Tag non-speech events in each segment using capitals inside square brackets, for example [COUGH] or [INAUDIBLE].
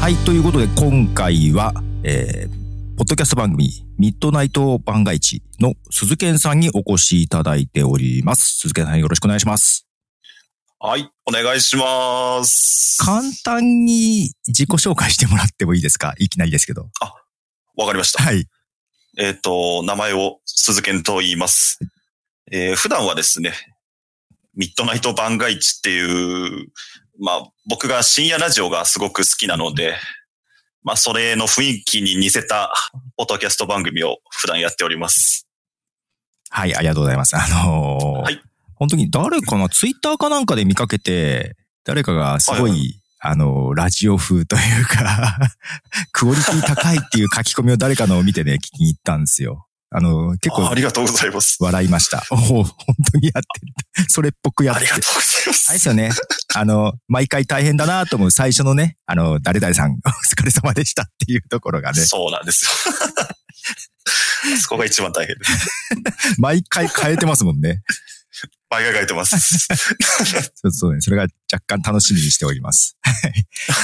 はい、ということで今回は、えー、ポッドキャスト番組、ミッドナイト番外地の鈴賢さんにお越しいただいております。鈴賢さんよろしくお願いします。はい、お願いします。簡単に自己紹介してもらってもいいですかいきなりですけど。わかりました。はい。えっ、と、名前を鈴賢と言います。えー普段はですね、ミッドナイト番外地っていう、まあ僕が深夜ラジオがすごく好きなので、まあそれの雰囲気に似せたポッドキャスト番組を普段やっております。はい、ありがとうございます。あのーはい本当に誰かな、ツイッターかなんかで見かけて、誰かがすごい、はいはあのーラジオ風というか、 [LAUGHS] クオリティ高いっていう書き込みを誰かのを見てね、聞きに行ったんですよ。あのー結あ構ありがとうございます。笑いました。おお、本当にやってる。それっぽくやっあてりるがとうございます。あれですよね。あの、毎回大変だなと思う最初のね、あの、誰々さん、 [LAUGHS] お疲れ様でしたっていうところが [LAUGHS] ね、そうなんです [LAUGHS] よ。そこが一番大変です。毎回変えてますもんね。毎回書い [LAUGHS] てます。そうそうね。それが若干楽しみにしております。あ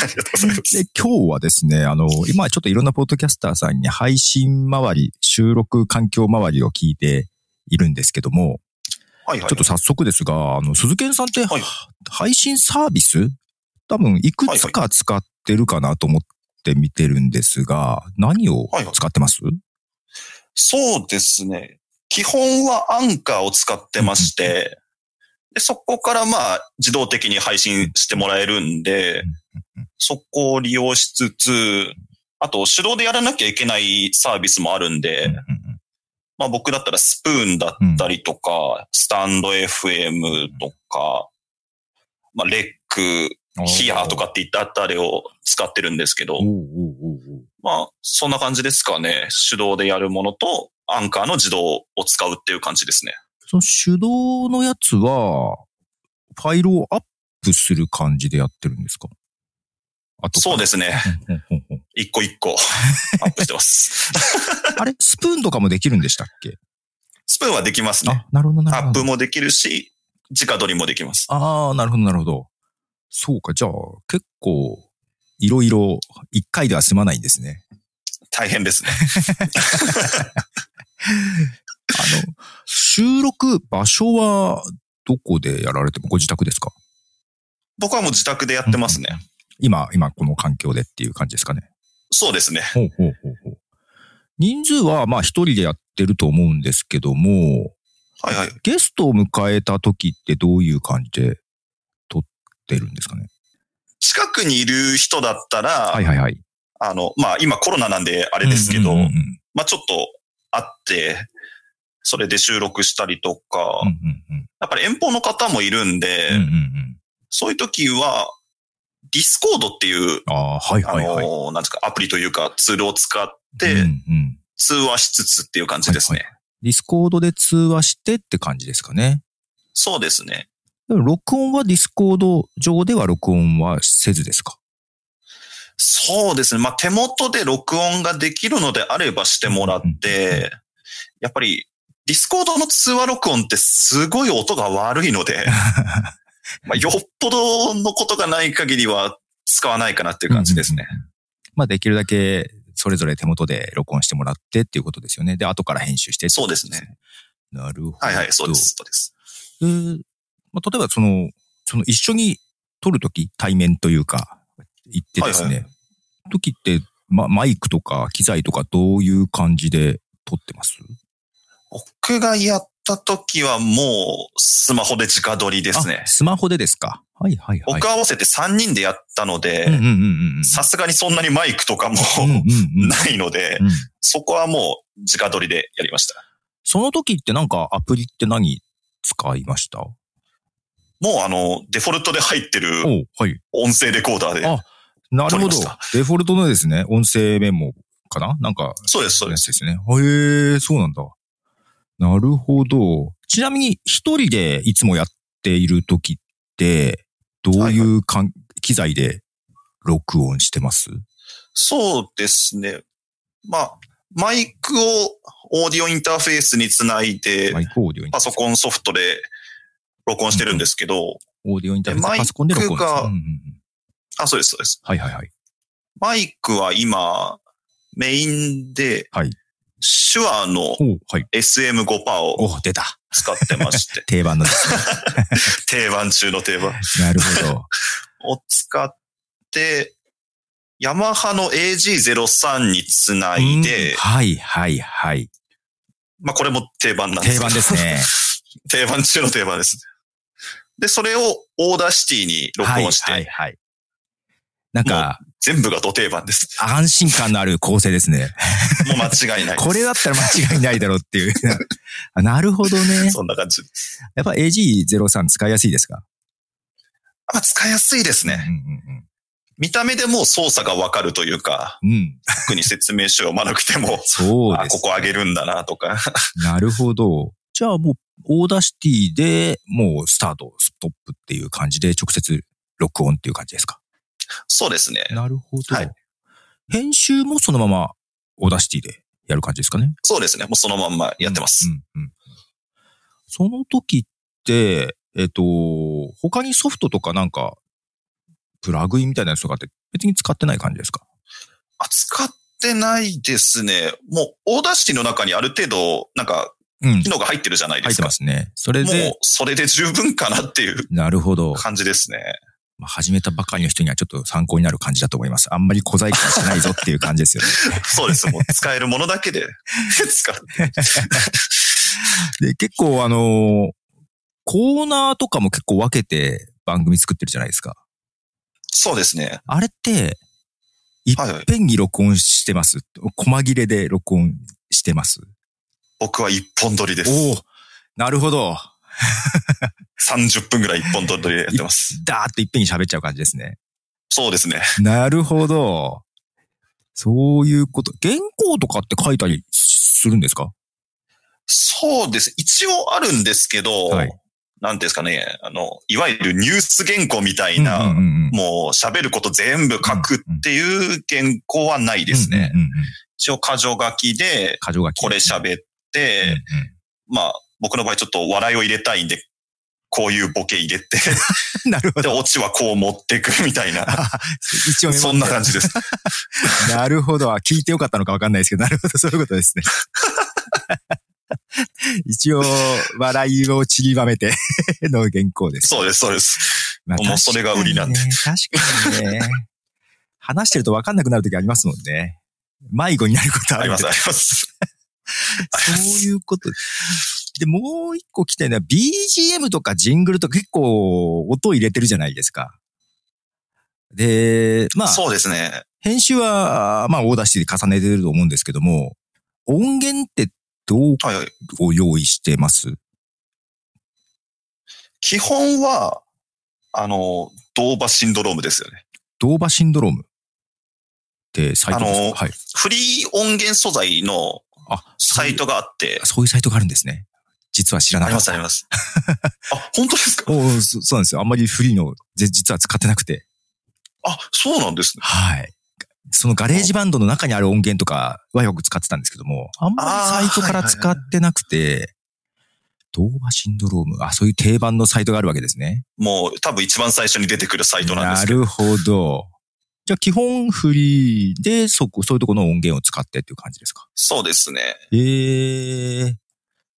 りがとうございます。 [LAUGHS] で、今日はですね、あの、今ちょっといろんなポッドキャスターさんに配信周り、収録環境周りを聞いているんですけども、はいはい。ちょっと早速ですが、あの、鈴賢さんって、はい配信サービス多分、いくつか使ってるかなと思って見てるんですが、何をはいはい使ってます、そうですね。基本はアンカーを使ってまして、でそこからまあ自動的に配信してもらえるんでうん、そこを利用しつつ、あと手動でやらなきゃいけないサービスもあるんで、うんうんうんまあ僕だったらスプーンだったりとか、スタンド FM とか、まあレック、ヒアとかっていったあたりを使ってるんですけどおー。、おーおーおーまあ、そんな感じですかね。手動でやるものと、アンカーの自動を使うっていう感じですね。その手動のやつは、ファイルをアップする感じでやってるんですかあと。そうですすね。うんうんうんうん一個 [LAUGHS] 一個アップしてます。あれスプーンとかもできるんでしたっけスプーンはできますね。あ、なるほど、なるアほッどプ。もできるし、直撮りもできます。ああ、なるほど、なるほど。そうか、じゃあ、結構、いろいろ、一回では済まないんですね。大変ですね。あ [LAUGHS] の、収録場所は、どこでやられても、ご自宅ですか僕はもう自宅でやってますね。今、今、この環境でっていう感じですかね。そうですね。ほうほうほうほう。人数は、まあ、一人でやってると思うんですけども、はいはい。ゲストを迎えた時ってどういう感じで撮ってるんですかね近くにいる人だったら、はいはいはい。あの、まあ今コロナなんでああれですけど、うんうんうんまあちょっと会って、それで収録したりとか、うんうんやっぱり遠方の方もいるんで、うんうんうんうん。そういう時は、ディスコードっていう、ああー、はいあはいの、はい。なんですか、アプリというかツールを使っうて、んうん通話しつつっていう感じですね。はいディスコードで通話してって感じですかね。そうですね。でも録音はディスコード上では録音はせずですかそうですね。まあ、手元で録音ができるのであればしてもらっうんて、やっぱり、ディスコードの通話録音ってすごい音が悪い [LAUGHS] ので、まあ、よっぽどのことがない限りは使わないかなっていう感じですね。。うんうんうんまあできるだけそれぞれ手元で録音してもらってっていうことですよね。で、後から編集してってことそうで。なるほど。はいはい、そうです、そうです。えーまあ、例えばその、その一緒に撮るとき、対面というか、行ってですね、はいは時って、ま、マイクとか機材とかどういう感じで撮ってます僕がやった時はもうスマホで直撮りですねあ。スマホでですか。はいはいはい。僕合わせて3人でやったのうんうんで、うんうんうん。さすがにそんなにマイクとかもうんうんうん [LAUGHS] ないので、うんそこはもう直撮りでやりました。その時ってなんかアプリって何使いましたおもうあの、デフォルトで入ってるはい。音声レコーダーで。あなるほど撮りま。デフォルトのですね、音声メモかななんか、そうです、そうやです。つですね。へえー、そうなんだ。なるほど。ちなみに、一人でいつもやっている時って、どういうかん、機材で録音してますそうですね。まあ、マイクをオーディオインターフェースにつないでマ、イクオーディオインタパーフェソースコンソフトで録音してるんですけど、オーディオインターフェーでマイス、パソクがコンで録音ですね。うんうんうんあ、そうです、そうです。はいはいはい。マイクは今、メインで、はい手話のおはい。 SM5% をお出た。使ってまして、定番のです。定番中の定番 [LAUGHS] なるほど。を使って、ヤマハの AG03 につないうんで、はいはいはい。まあこれも定番なんです定番です。ね。 [LAUGHS] 定番中の定番です。で、それをオーダーシティに録はい音して、はいはい。なんか、全部が土定番 [LAUGHS] です。安心感のある構成ですね。もう間違いないです。これだったら間違いないだろうって [LAUGHS] いう。あなるほどね。そんな感じ。やっぱ AG03 使いやすいですかまあ使いやすいですね。うん見た目でもう操作がわかるというか、うんうん。うん。特に説明書読まなくても、そうあ、でこす。こ上げるんだなとか。なるほど。じゃあもう、オーダーシティでもうスタート、ストップっていう感じで直接録音っていう感じですかそうですね。なるほど。はい編集もそのままオーダーシティでやる感じですかね。そうですね。もうそのまんまやってます。うんうんうんその時って、えっ、と、他にソフトとかなんか、プラグインみたいなやつとかって別に使ってない感じですかあ使ってないですね。もう、オーダーシティの中にある程度、なんか、うん機。能が入ってるじゃないで入っすてか。ますね。それもでう、、それで十分かなっていうなるほど。感じですね。まあ、始めたばかりの人にはちょっと参考になる感じだと思います。あんまり小細工はしないぞっていう感じです [LAUGHS] よね。そうです。 [LAUGHS] もう、使えるものだけで [LAUGHS] 使う。で、結構あのーコーナーとかも結構分けて番組作ってるじゃないですか。そうですね。あれって、いっはいはい。ぺんに録音してます。細切れで録音してます。僕は一本撮りです。おおなるほど。 30分ぐらい一本撮りでやってます。ダーッといっぺんに喋っちゃう感じですね。そうですね。なるほど。そういうこと。原稿とかって書いたりするんですかそうです。一応あるんですけど、はいなんていうんですかね、あの、いわゆるニュース原稿みたういんな、うんうんもう喋ること全部書くっていう原稿はないですね。うんうんうん。一応箇条書きで、過剰書き。これ喋って、うんうんまあ、僕の場合ちょっと笑いを入れたいんで、こういうボケ入 [LAUGHS] れて、なるほで、ど。オチはこう持ってくみた [LAUGHS] いな、一応メモそんな感じです。なるほど。あ聞いてよかったのかわかんないですけど、なるほど、そういうこと [LAUGHS] ですね。一応、笑いをちりばめての原稿です。そうです、そうです。まもうそれが売りなんで。確かにね。確 [LAUGHS] かにね話してるとわかんなくなるときありますもんね。迷子になることあありるんま、ですあります。そういうこと。で、もう一個来たいのは、BGM とかジングルとか結構音入れてるじゃないですか。で、まあ、そうですね。編集は、まあ、オーダーシティで重ねてると思うんですけども、音源ってどうはいはい。を用意してます基本は、あの、ドーバシンドロームですよね。ドーバシンドロームってサイトですか、あのはい。フリー音源素材のあ、サイトがあってそういう。、そういうサイトがあるんですね。実は知らなありかっます、た。あります。あ、本当ですかおうそそうなんですよ。あんまりフリーの、ぜ実は使ってなくて。あ、そうなんですね。はい。そのガレージバンドの中にある音源とかはよく使ってたんですけども、あんまりサイトから使ってなくて、ドーバシンドローム、あ、そういう定番のサイトがあるわけですね。もう多分一番最初に出てくるサイトなんですけど。るほど。じゃあ基本フリーで、そこ、そういうところの音源を使ってっていう感じですかそうですね。ええ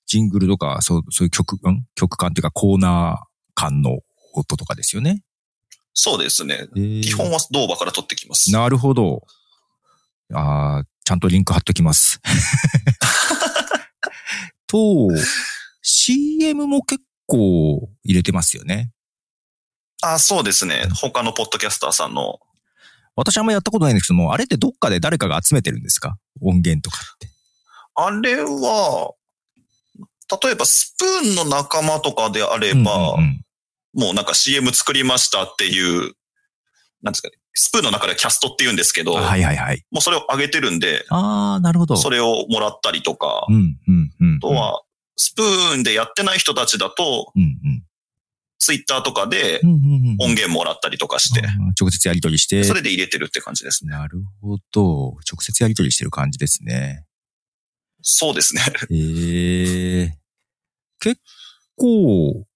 ジングルとか、そう、そういう曲、ん曲感っていうかコーナー感の音とかですよね。そうですね。えー基本はドーバから取ってきます。なるほど。ああ、ちゃんとリンク貼っときます。と、CM も結構入れてますよね。あ、そうですね。他のポッドキャスターさんの。私あんまやったことないんですけども、あれってどっかで誰かが集めてるんですか音源とかって。あれは、例えばスプーンの仲間とかであれば、うんうんうんもうなんか CM 作りましたっていう、なんですかね。スプーンの中でキャストって言うんですけど、あはいはいはい。もうそれを上げてるんで、ああ、なるほど。それをもらったりとか、うん、うん、うん。あとは、スプーンでやってない人たちだと、うん、うん、ツイッターとかでうんうんうん。音源もらったりとかして、あー直接やり取りして。それで入れてるって感じですね。なるほど。直接やり取りしてる感じですね。 [LAUGHS] そうですね。へえ。結構、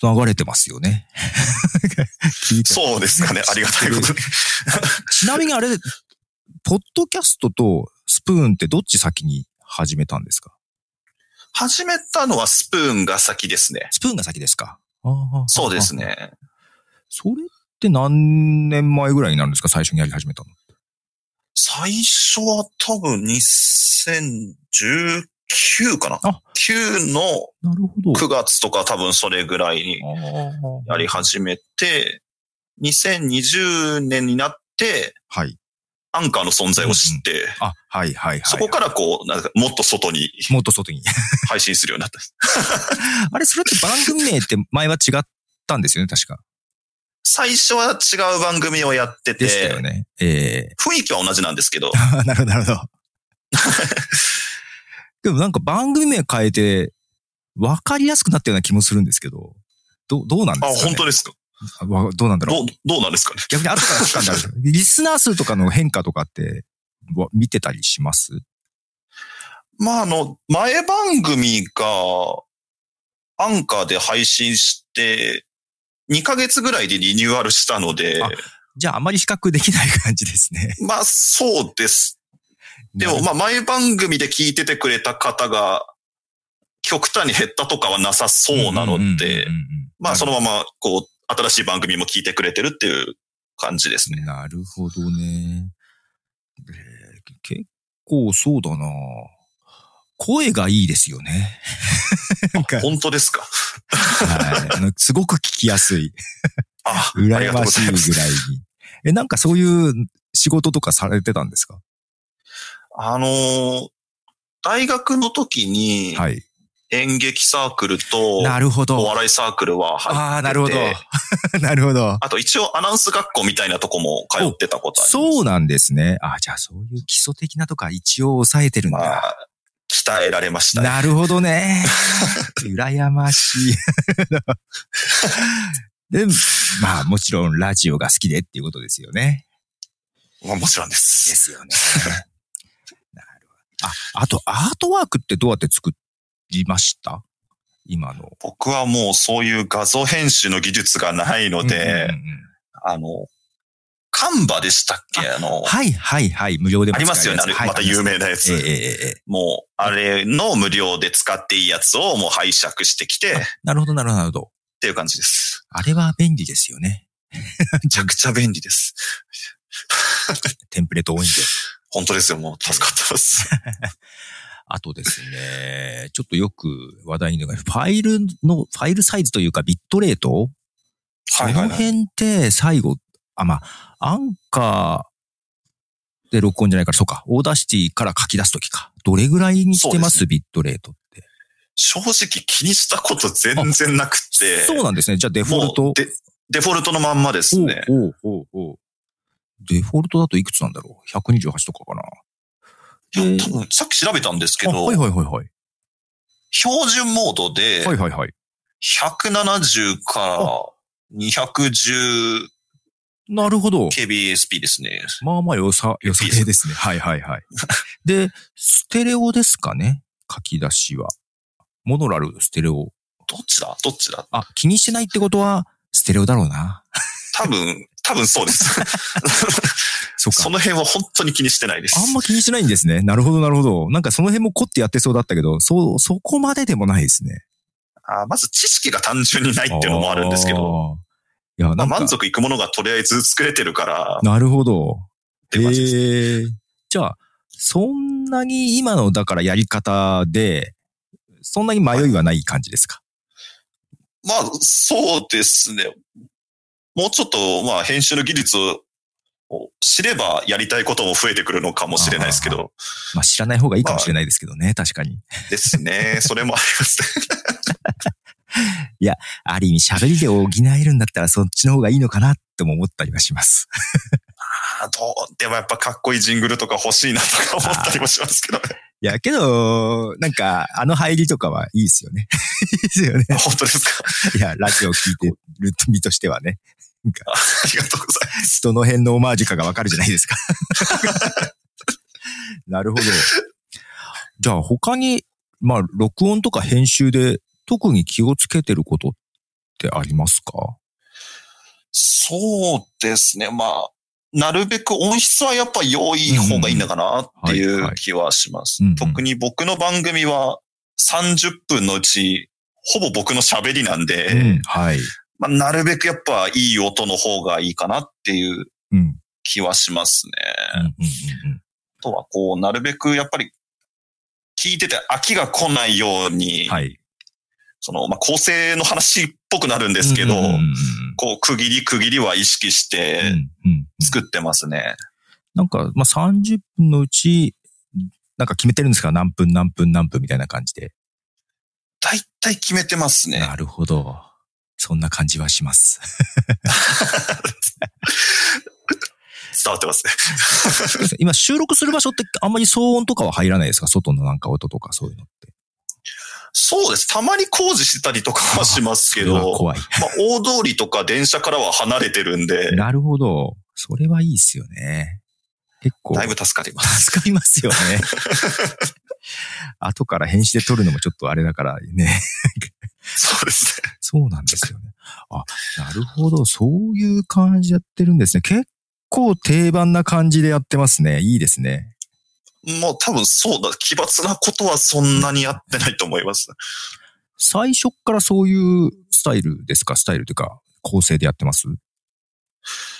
繋がれてますよね。 [LAUGHS] 聞いてそうですかね。ありがたいことに。ちなみにあれ、ポッドキャストとスプーンってどっち先に始めたんですか始めたのはスプーンが先ですね。スプーンが先ですかそうです。ね。それって何年前ぐらいになるんですか最初にやり始めたの。最初は多分2019かなあ ?9 のなるほど9月とか多分それぐらいにやり始めて、2020年になって、はい。アンカーの存在を知って、あ、はいはいはい。そこからこう、なんかもっと外にもっと外に。配信するようになった。 [LAUGHS] あれ、それって番組名って前は違ったんですよね、確か。最初は違う番組をやってて、でしたよね。え雰囲気は同じなんです [LAUGHS] けど、えなるほど、なるほど。 [LAUGHS] でもなんか番組名変えて、わかりやすくなったような気もするんですけど、ど、どうなんあ、ですか、ね本、当ですかあわどうなんだろうどう、どうなんですかね逆に後から来たんだろ [LAUGHS] う。リスナー数とかの変化とかって、わ見てたりしますまあ、あの、前番組が、アンカーで配信して、2ヶ月ぐらいでリニューアルしたので、あじゃああまり比較できない感じですね。まあ、そうです。 [LAUGHS] でも、ままあ、前番組で聞いててくれた方が、極端に減ったとかはなさそうなので、、まあ、そのまま、こう、新しい番組も聞いてくれてるっていう感じですね。なるほどね。えー結構そうだな声がいいですよね。なんか、本当ですかはい、あのすごく聞きやすい。あ、あり羨がとうまごしざいいますぐ。らいに。え、なんかそういう仕事とかされてたんですかあのー大学の時に、はい。演劇サークルと、なるほおど。笑いサークルは入っててああ、なるほ [LAUGHS] ど。なるほど。あと一応アナウンス学校みたいなとこも通ってたことあります。そうなんですね。あじゃあそういう基礎的なとか一応抑えてるんまだ。あ、鍛えられましたね。なるほど [LAUGHS] ね。羨ましい。で、まあもちろんラジオが好きでっていうことですよね。まあもちろんで。ですすよ [LAUGHS] ね。なるほど。あ、あとアートワークってどうやって作りました今の。僕はもうそういう画像編集の技術がないので、うんうんうんあの、カンバでしたっけあの、はいはいはい。無料でもありますよね。あ使えれるやつはいまた有名なやつ。ええええええもう、あれの無料で使っていいやつをもう拝借してきて、っなるほどなるほどなるほど。ていう感じです。あれは便利ですよね。めちゃくちゃ便利です。テンプレート多いんで。本当ですよ。もう助かってます。あとですね、ちょっとよく話題に出るファイルの、ファイルサイズというかビットレートそはいはいのはい。辺って最後、あ、まあ、アンカーで録音じゃないから、そうか、オーダーシティから書き出すときか。どれぐらいにしてますそビットレートって。正直気にしたこと全然なくて。そうなんですね。じゃあデフォルもトう。デデフォルトのまんまですね。おうおうおうおうデフォルトだといくつなんだろう ?128 とかかな。いやえー多分さっき調べたんですけあ、ど、はいはいはいはい。標準モードではいはいはい。 170から210なるほど。 kbsp ですね。まあまあ良さ、良さげ [LAUGHS] ですね。はいはいはい。で、ステレオですかね書き出しは。モノラル、ステレオ。どっちだどっちだあ、気にしてないってことは、ステレオだろうな。多分、多分そうです。そっそか。の辺は本当に気にしてないです。あんま気にしてないんですね。なるほどなるほど。なんかその辺も凝ってやってそうだったけど、そう、そこまででもないですね。あまず知識が単純にないっていうのもあるんですけど、ど。いや、まなあ、んか、満足いくものがとりあえず作れてるから、っなるほど。て感じです。ええじゃあ、そんなに今の、だからやり方で、そんなに迷いはない感じですか、まあ、そうですね。もうちょっと、まあ、編集の技術を知ればやりたいことも増えてくるのかもしれないですけど、まあ知らない方がいいかもしれないですけどね、確かに。です [LAUGHS] ね。それもありますね。ある意味喋りで補えるんだったらそっちの方がいいのかなとも思ったりはします。あどうでもやっぱかっこいいジングルとか欲しいなとか思ったりもしま [LAUGHS] すけどね。 [LAUGHS] いや、けど、なんか、あの入りとかはいいですよね。いいですよね。本当ですかいや、ラジオ聞いてる身としてはね。ありがとうございます。どの辺のオマージュかがわかるじゃない [LAUGHS] ですか。なるほど。じゃあ他に、まあ、録音とか編集で特に気をつけてることっってありますかそうですね。まあ、なるべく音質はやっぱ良い方がいいのかなってうんうんいはいう気はしますうんうん。特に僕の番組は30分のうち、ほぼ僕の喋りなんで、うん。はい。まあ、なるべくやっぱいい音の方がいいかなっていううん。うん気はしますうんね。うんうんあとはこう、なるべくやっぱり聞いてて飽きが来ないように、はい。その、まあ、構成の話っぽくなるんですけど、うんうんうんうんこう、区切り区切りは意識しうてんうん作ってますね。なんか、まあ、30分のうち、なんか決めてるんですか何分何分何分みたいな感じで。大体決めてますね。なるほど。そんな感じはします。伝わってますね。今収録する場所ってあんまり騒音とかは入らないですか外のなんか音とかそういうのって。そうです。たまに工事してたりとかはしますけど、それは [LAUGHS] 怖い。まあ、大通りとか電車からは離れてるんで、なるほど。それはいいですよね。結構。だいぶ助かります。助かりますよ [LAUGHS] ね。後から編集で撮るのもちょっとあれだからね。そうですね。そうなんですよね。あ、なるほど。そういう感じでやってるんですね。結構定番な感じでやってますね。いいですね。もう多分そうだ。奇抜なことはそんなにやってないと思います。最初っからそういうスタイルですかスタイルというか、構成でやってます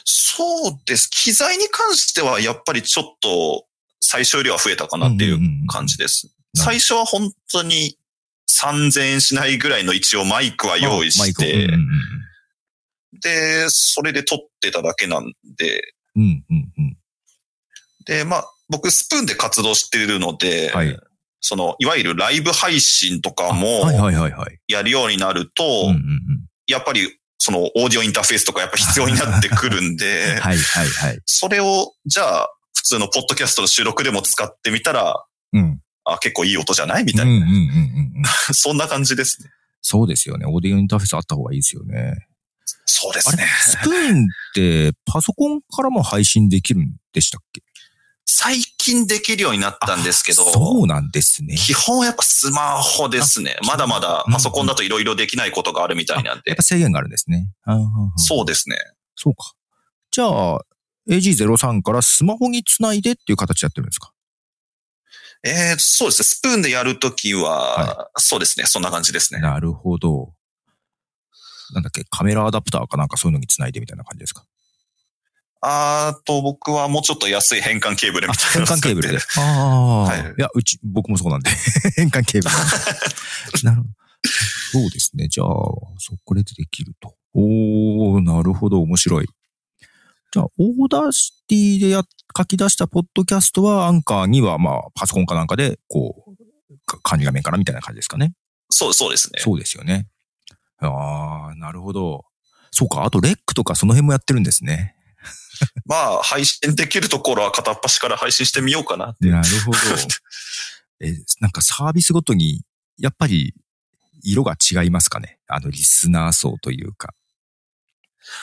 そうです。機材に関してはやっぱりちょっと最初よりは増えたかなっていう感じです。なるほ最初は本当に3000円しないぐらいの一応マイクは用意マイしクをて、うんうんで、それで撮ってただけなんで、うんうんうんうん。で、まあ、僕スプーンで活動してるので、はいその、いわゆるライブ配信とかはいもはいはいはい。やるようになると、うんうんうんやっぱりそのオーディオインターフェースとかやっぱ必要になってくるんで、はいはいはい。それを、じゃあ、普通のポッドキャストの収録でも使ってみたら、うん。あ、結構いい音じゃないみうんたういんな、うんうんうん。そんな感じですね。そうですよね。オーディオインターフェースあった方がいいですよね。そうであすれね、。スプーンってパソコンからも配信できるんでしたっけ最近できるようになったんですけど、そうなんですね。基本はやっぱスマホですね。あまだまだうんパソコンだといろいろできないことがあるみたいなんやっでぱ。制限があるんですね。あーう。そうですね。そうか。じゃあ、AG03 からスマホにつないでっていう形でやってるんですかえー、そうですね。スプーンでやるときは、そうですね。そんな感じですね。なるほど。なんだっけ、カメラアダプターかなんかそういうのにつないでみたいな感じですかあーと、僕はもうちょっと安い変換ケー [LAUGHS] ブルみたい変なのを換使ケってーブルで。ああ、はいい。や、うち、僕もそうなんで。 [LAUGHS] 変換ケーブル。 [LAUGHS] なるほど。そうですね。じゃあ、そこでできると。おー、なるほど。面白い。じゃあ、オーダーシティでやっ書き出したポッドキャストは、アンカーには、まあ、パソコンかなんかで、こう、か管理画面からみたいな感じですかね。そう、そうですね。そうですよね。ああ、なるほど。そうか。あと、レックとかその辺もやってるんですね。まあ、配信できるところは片っ端から配信してみようかな。なる [LAUGHS] ほど。え、なんかサービスごとに、やっぱり、色が違いますかねあの、リスナー層というか。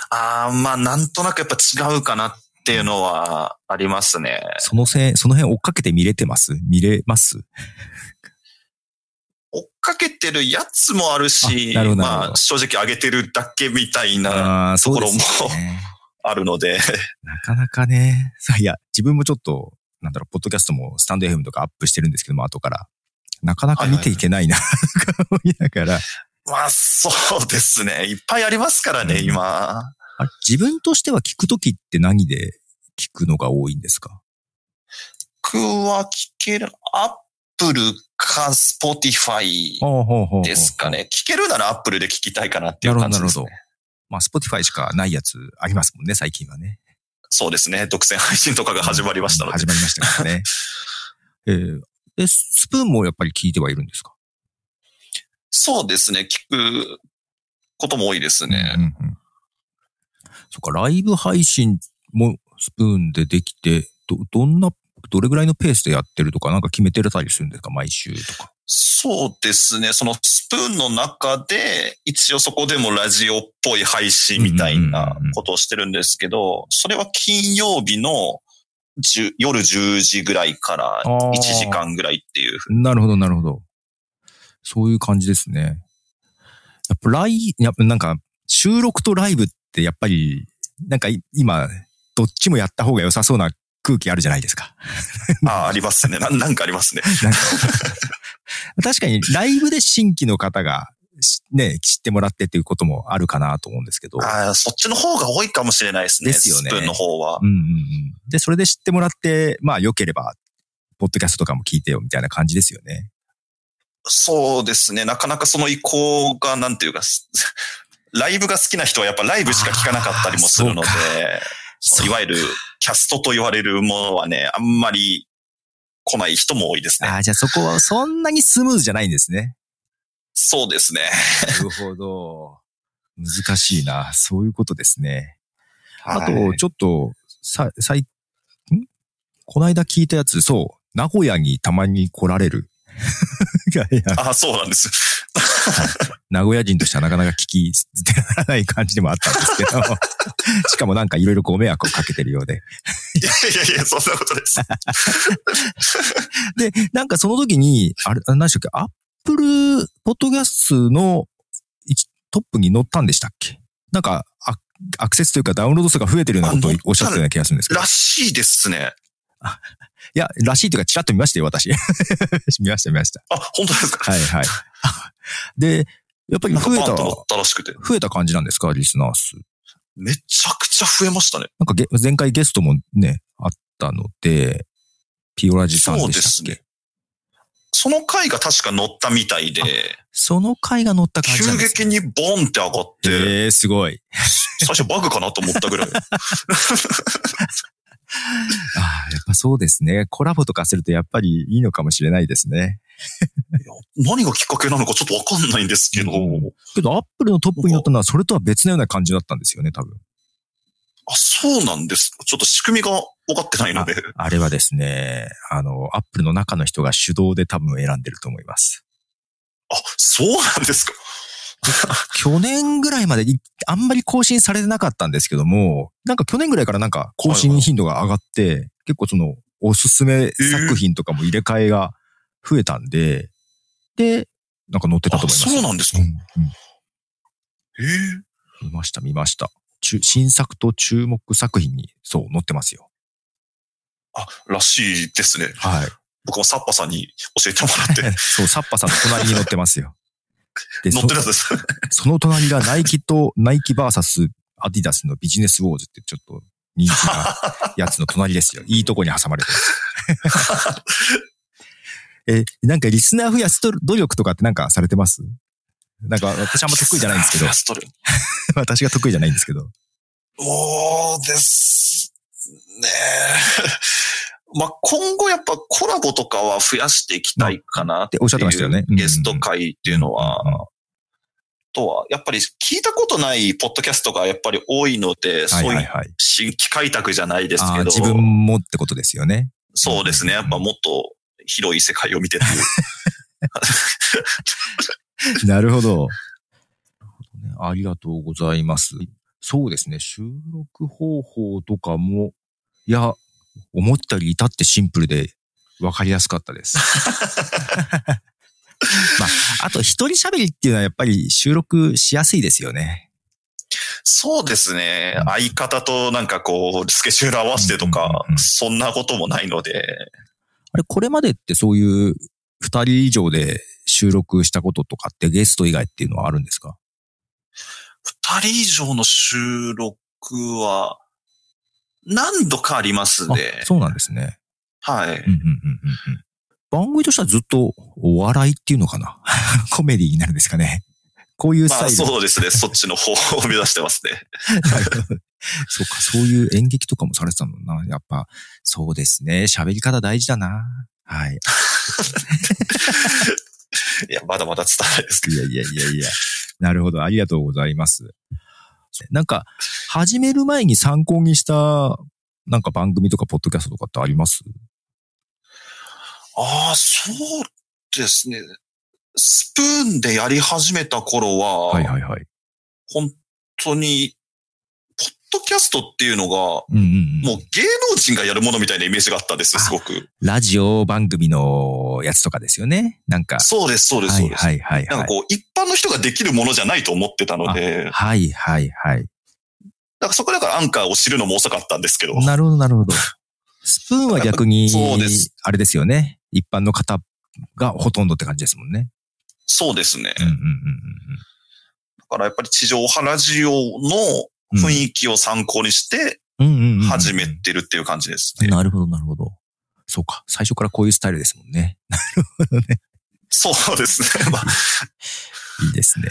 あー、まあ、なんとなくやっぱ違うかなっていうのはありますね。そのせ、その辺追っかけて見れてます見れます追っかけてるやつもあるし、あなるほどなるほどまあ、正直上げてるだけみたいな、ああー、そこうろでもすよね。あるので。 [LAUGHS] なかなかね。 [LAUGHS] さいや、自分もちょっと、なんだろう、ポッドキャストもスタンド FM とかアップしてるんですけども、後から。なかなか見ていけないな、とか思いながら。まあ、そうですね。いっぱいありますからね、うん今。あれ自分としては聞くときって何で聞くのが多いんですか僕は聞ける、アップルかスポティファイほうほうほうですかね。聞けるならアップルで聞きたいかなっていなうるほど、感なじるでほす、どね。。まあ、Spotify しかないやつありますもんね、最近はね。そうですね。独占配信とかが始まりましたので。始まりましたから [LAUGHS] ね。えーで、スプーンもやっぱり聞いてはいるんですかそうですね。聞くことも多いですね。うんうん。そっか、ライブ配信もスプーンでできて、ど、どんな、どれぐらいのペースでやってるとか、なんか決めてたりするんですか毎週とか。そうですね。そのスプーンの中で、一応そこでもラジオっぽい配信みたいなことをしてるんですけど、それは金曜日の10夜10時ぐらいから1時間ぐらいっていうなるほど、なるほど。そういう感じですね。やっぱライ、やっぱなんか収録とライブってやっぱり、なんかい今、どっちもやった方が良さそうな空気あるじゃないですか。ああ、ありますね。ななんかありますね。なんか確かにライブで新規の方がしね、知ってもらってっていうこともあるかなと思うんですけど。ああ、そっちの方が多いかもしれないですね。ですよねスプーンの方はう。んうんうん。で、それで知ってもらって、まあ良ければ、ポッドキャストとかも聞いてよみたいな感じですよね。そうですね。なかなかその意向が、なんていうか、 [LAUGHS] すライブが好きな人はやっぱライブしか聞かなかったりもするのであー、そのいわゆるキャストと言われるものはね、あんまり来ない人も多いですね。ああ、じゃあそこはそんなにスムーズじゃないんですね。そうです [LAUGHS] ね。なるほど。難しいな。そういうことですね。あはと、いちょっと、さ、さい、んこないだ聞いたやつ、そう、名古屋にたまに来られる。 [LAUGHS] いやいやあ、そうなんです。 [LAUGHS] 名古屋人としてはなかなか聞き捨てられない感じでもあったんですけ [LAUGHS] ど、しかもなんかいろいろご迷惑をかけてるようで。いやいやいや、そんなことです。で、なんかその時に、あれ、何でしたっけ、アップルポッドキャストの一トップに載ったんでしたっけなんかア、アクセスというかダウンロード数が増えてるようなことをあ載ったおっしゃってたような気がするんですけどら。しいですね。いや、らしいというか、ちらっと見ましたよ、私。 [LAUGHS] 見ました、見ました。あ、本当ですか。はい、はい。で、やっぱりなんか増えバた、ンと乗増ったらしくて。えた感じなんですか、リスナー数。めちゃくちゃ増えましたね。なんかゲ、前回ゲストもね、あったので、ピオラジさんそうででしたすっけそ,、ね。その回が確か乗ったみたいで、の回が乗った感じな急んです激にボンって上がって、えー、すごい。最初バグかなと思ったぐらい。ああ、やっぱそうですね。コラボとかするとやっぱりいいのかもしれないですね。何がきっかけなのかちょっとわかんないんですけど、うんけど、アップルのトップに乗ったのは、それとは別のような感じだったんですよね、多分。あ、そうなんですか。ちょっと仕組みが分かってないので。あれはですね、あの、アップルの中の人が手動で多分選んでると思います。あ、そうなんですか。去年ぐらいまでいあんまり更新されてなかったんですけども、なんか去年ぐらいからなんか更新頻度が上がって、結構そのおすすめ作品とかも入れ替えが増えたんで、で、なんか載ってたと思います。あそうなんですかうんうんええ見ました、見ました。中新作と注目作品に、そう、載ってますよ。あ、らしいですね。はい。僕もサッパさんに教えてもら [LAUGHS] って、そう、サッパさんの隣に載ってます [LAUGHS] よ。で乗そってたんです。その隣がナイキと、ナイキバーサスアディダスのビジネスウォーズってちょっと人気なやつの隣です [LAUGHS] よ。いいとこに挟まれてます。 [LAUGHS] え、なんかリスナー増やすと努力とかってなんかされてますなんか私あんま得意じゃないんですけどラ、ストル私が得意じゃないんですけど。 [LAUGHS] そうですね。 [LAUGHS] まあ、今後やっぱコラボとかは増やしていきたいかなっってておっしゃってましたよねいうゲスト会っていうのは、とは、やっぱり聞いたことないポッドキャストがやっぱり多いので、はいそうはいいうはい。新規開拓じゃないですあけーど、自分もってことですよね。そうですね。やっぱもっと広い世界を見てる。なるほど。ありがとうございます。そうですね、収録方法とかも、いや、思ったより至ってシンプルで分かりやすかった [LAUGHS] です。まあ、あと一人喋りっていうのはやっぱり収録しやすいですよね。 [LAUGHS] そうですねう。ん相方となんかこう、スケジュール合わせてとうんかうんう、んそんなこともないので、あれ、これまでってそういう二人以上で収録したこととかってゲスト以外っていうのはあるんですか二人以上の収録は、何度かありますあね。そうなんですね。はういん。うんうんうんうん番組としてはずっとお笑いっていうのかな [LAUGHS] コメディになるんですかねこういうスまタあイル。そうですね。そっちの方を目指してますね。 [LAUGHS] そうか、そういう演劇とかもされてたのな。やっぱ、そうですね。喋り方大事だな。はい。いや、まだまだ伝わらないですけいど。やいやいやいや。なるほど。ありがとうございます。なんか、始める前に参考にした、なんか番組とかポッドキャストとかってあります [LAUGHS] ああ、そうですね。スプーンでやり始めた頃は、はいはいはい。本当に、ポッドキャストっていうのが、もうんうんううん。芸能人がやるものみたいなイメージがあったんですよ、すごく。ラジオ番組のやつとかですよね。なんか。そうです、そうです、はそういです。はいはいなんはかい。こう、一般の人ができるものじゃないと思ってたので、 [LAUGHS] だかはいはいはい。 [LAUGHS] らそこだからアンカーを知るのも遅かったんですけど、なるほどなるほど。スプーンは逆に [LAUGHS] そうです、あれですよね。一般の方がほとんどって感じですもんね。そうですね。うんうんだうんからやっぱり地上波ラジオのうんうん。雰囲気を参考にしてうんうんうんうん始めてるっていう感じですね。なるほどなるほど。そうか。最初からこういうスタイルですもんね。そうで [LAUGHS] すね。まあいいですね。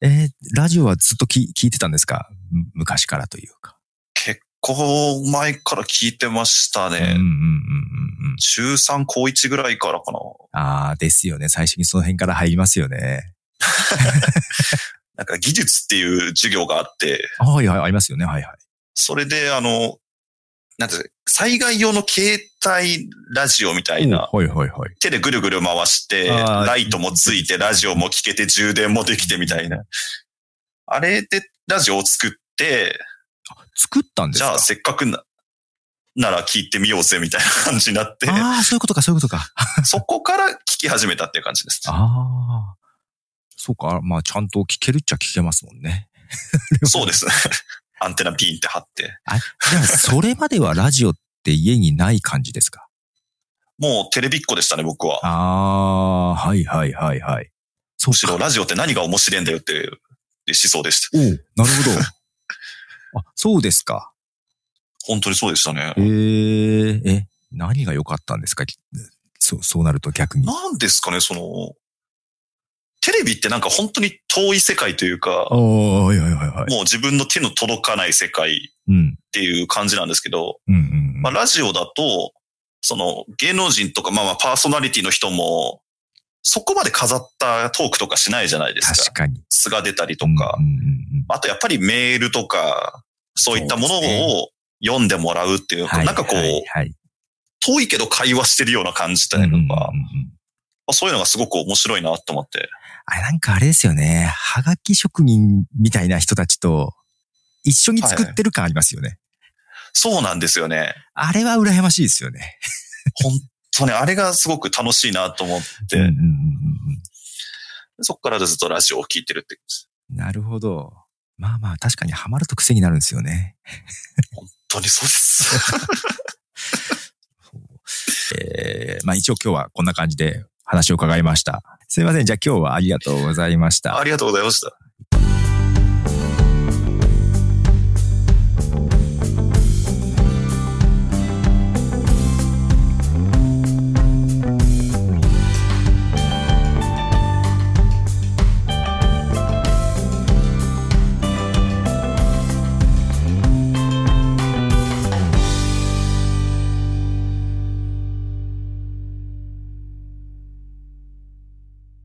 えーラジオはずっとき聞いてたんですかむ昔からというか。結構前から聞いてましたうんうんね。うんうんうん。中3高1ぐらいからかな。ああ、ですよね。最初にその辺から入りますよね。なんか技術っていう授業があって、あはいはい、ありますよね。はいはい。それであの、なんていうの災害用の携帯ラジオみたいな、はいはいはい。手でぐるぐる回して、あーライトもついて、ラジオも聞けて、充電もできてみたいな。あれでラジオを作って、作ったんですじかゃあせっかくな、なら聞いてみようぜみたいな感じになって、ああ、そういうことか、そういうことか。そこから聞き始めたっていう感じです。ああ。そうか、まあ、ちゃんと聞けるっちゃ聞けますもん [LAUGHS] ね。そうです。 [LAUGHS] アンテナピンって貼って。じゃあ、それまではラジオって家にない感じですかもうテレビっ子でしたね、僕は。ああ、はいはいはいはい。そむしろラジオって何が面白いんだよっていう思想でした。おうなるほど。あ、そうですか。本当にそうでしたねえ。ー、え、何が良かったんですかきそう、そうなると逆に。なんですかね、その、テレビってなんか本当に遠い世界というか、ああ、はいはいはいは。もう自分の手の届かない世界うん。っていう感じなんですけど、うんうんうん。まあラジオだと、その芸能人とか、まあまあパーソナリティの人も、そこまで飾ったトークとかしないじゃないですか。確かに。素が出たりとう。かんうんうんあとやっぱりメールとか、そういったもそのうですを読んでもらうっていう、うん。はいなんかこう、はいはい。遠いけど会話してるような感じとうんいうんううんか、まうんあそういうのがすごく面白いなと思って。あれなんかあれですよね。はがき職人みたいな人たちと一緒に作ってる感ありますよね。そうなんですよね。あれは羨ましいですよね。本当ね、あれがすごく楽しいなと思っうんうんうてん、うんそこからずっとラジオを聞いてるって感じです。なるほど。まあまあ確かにハマると癖になるんですよね。本当に [LAUGHS] そうです。えー、まあ一応今日はこんな感じで話を伺いました。すいません。じゃあ今日はありがとうございました。ありがとうございました。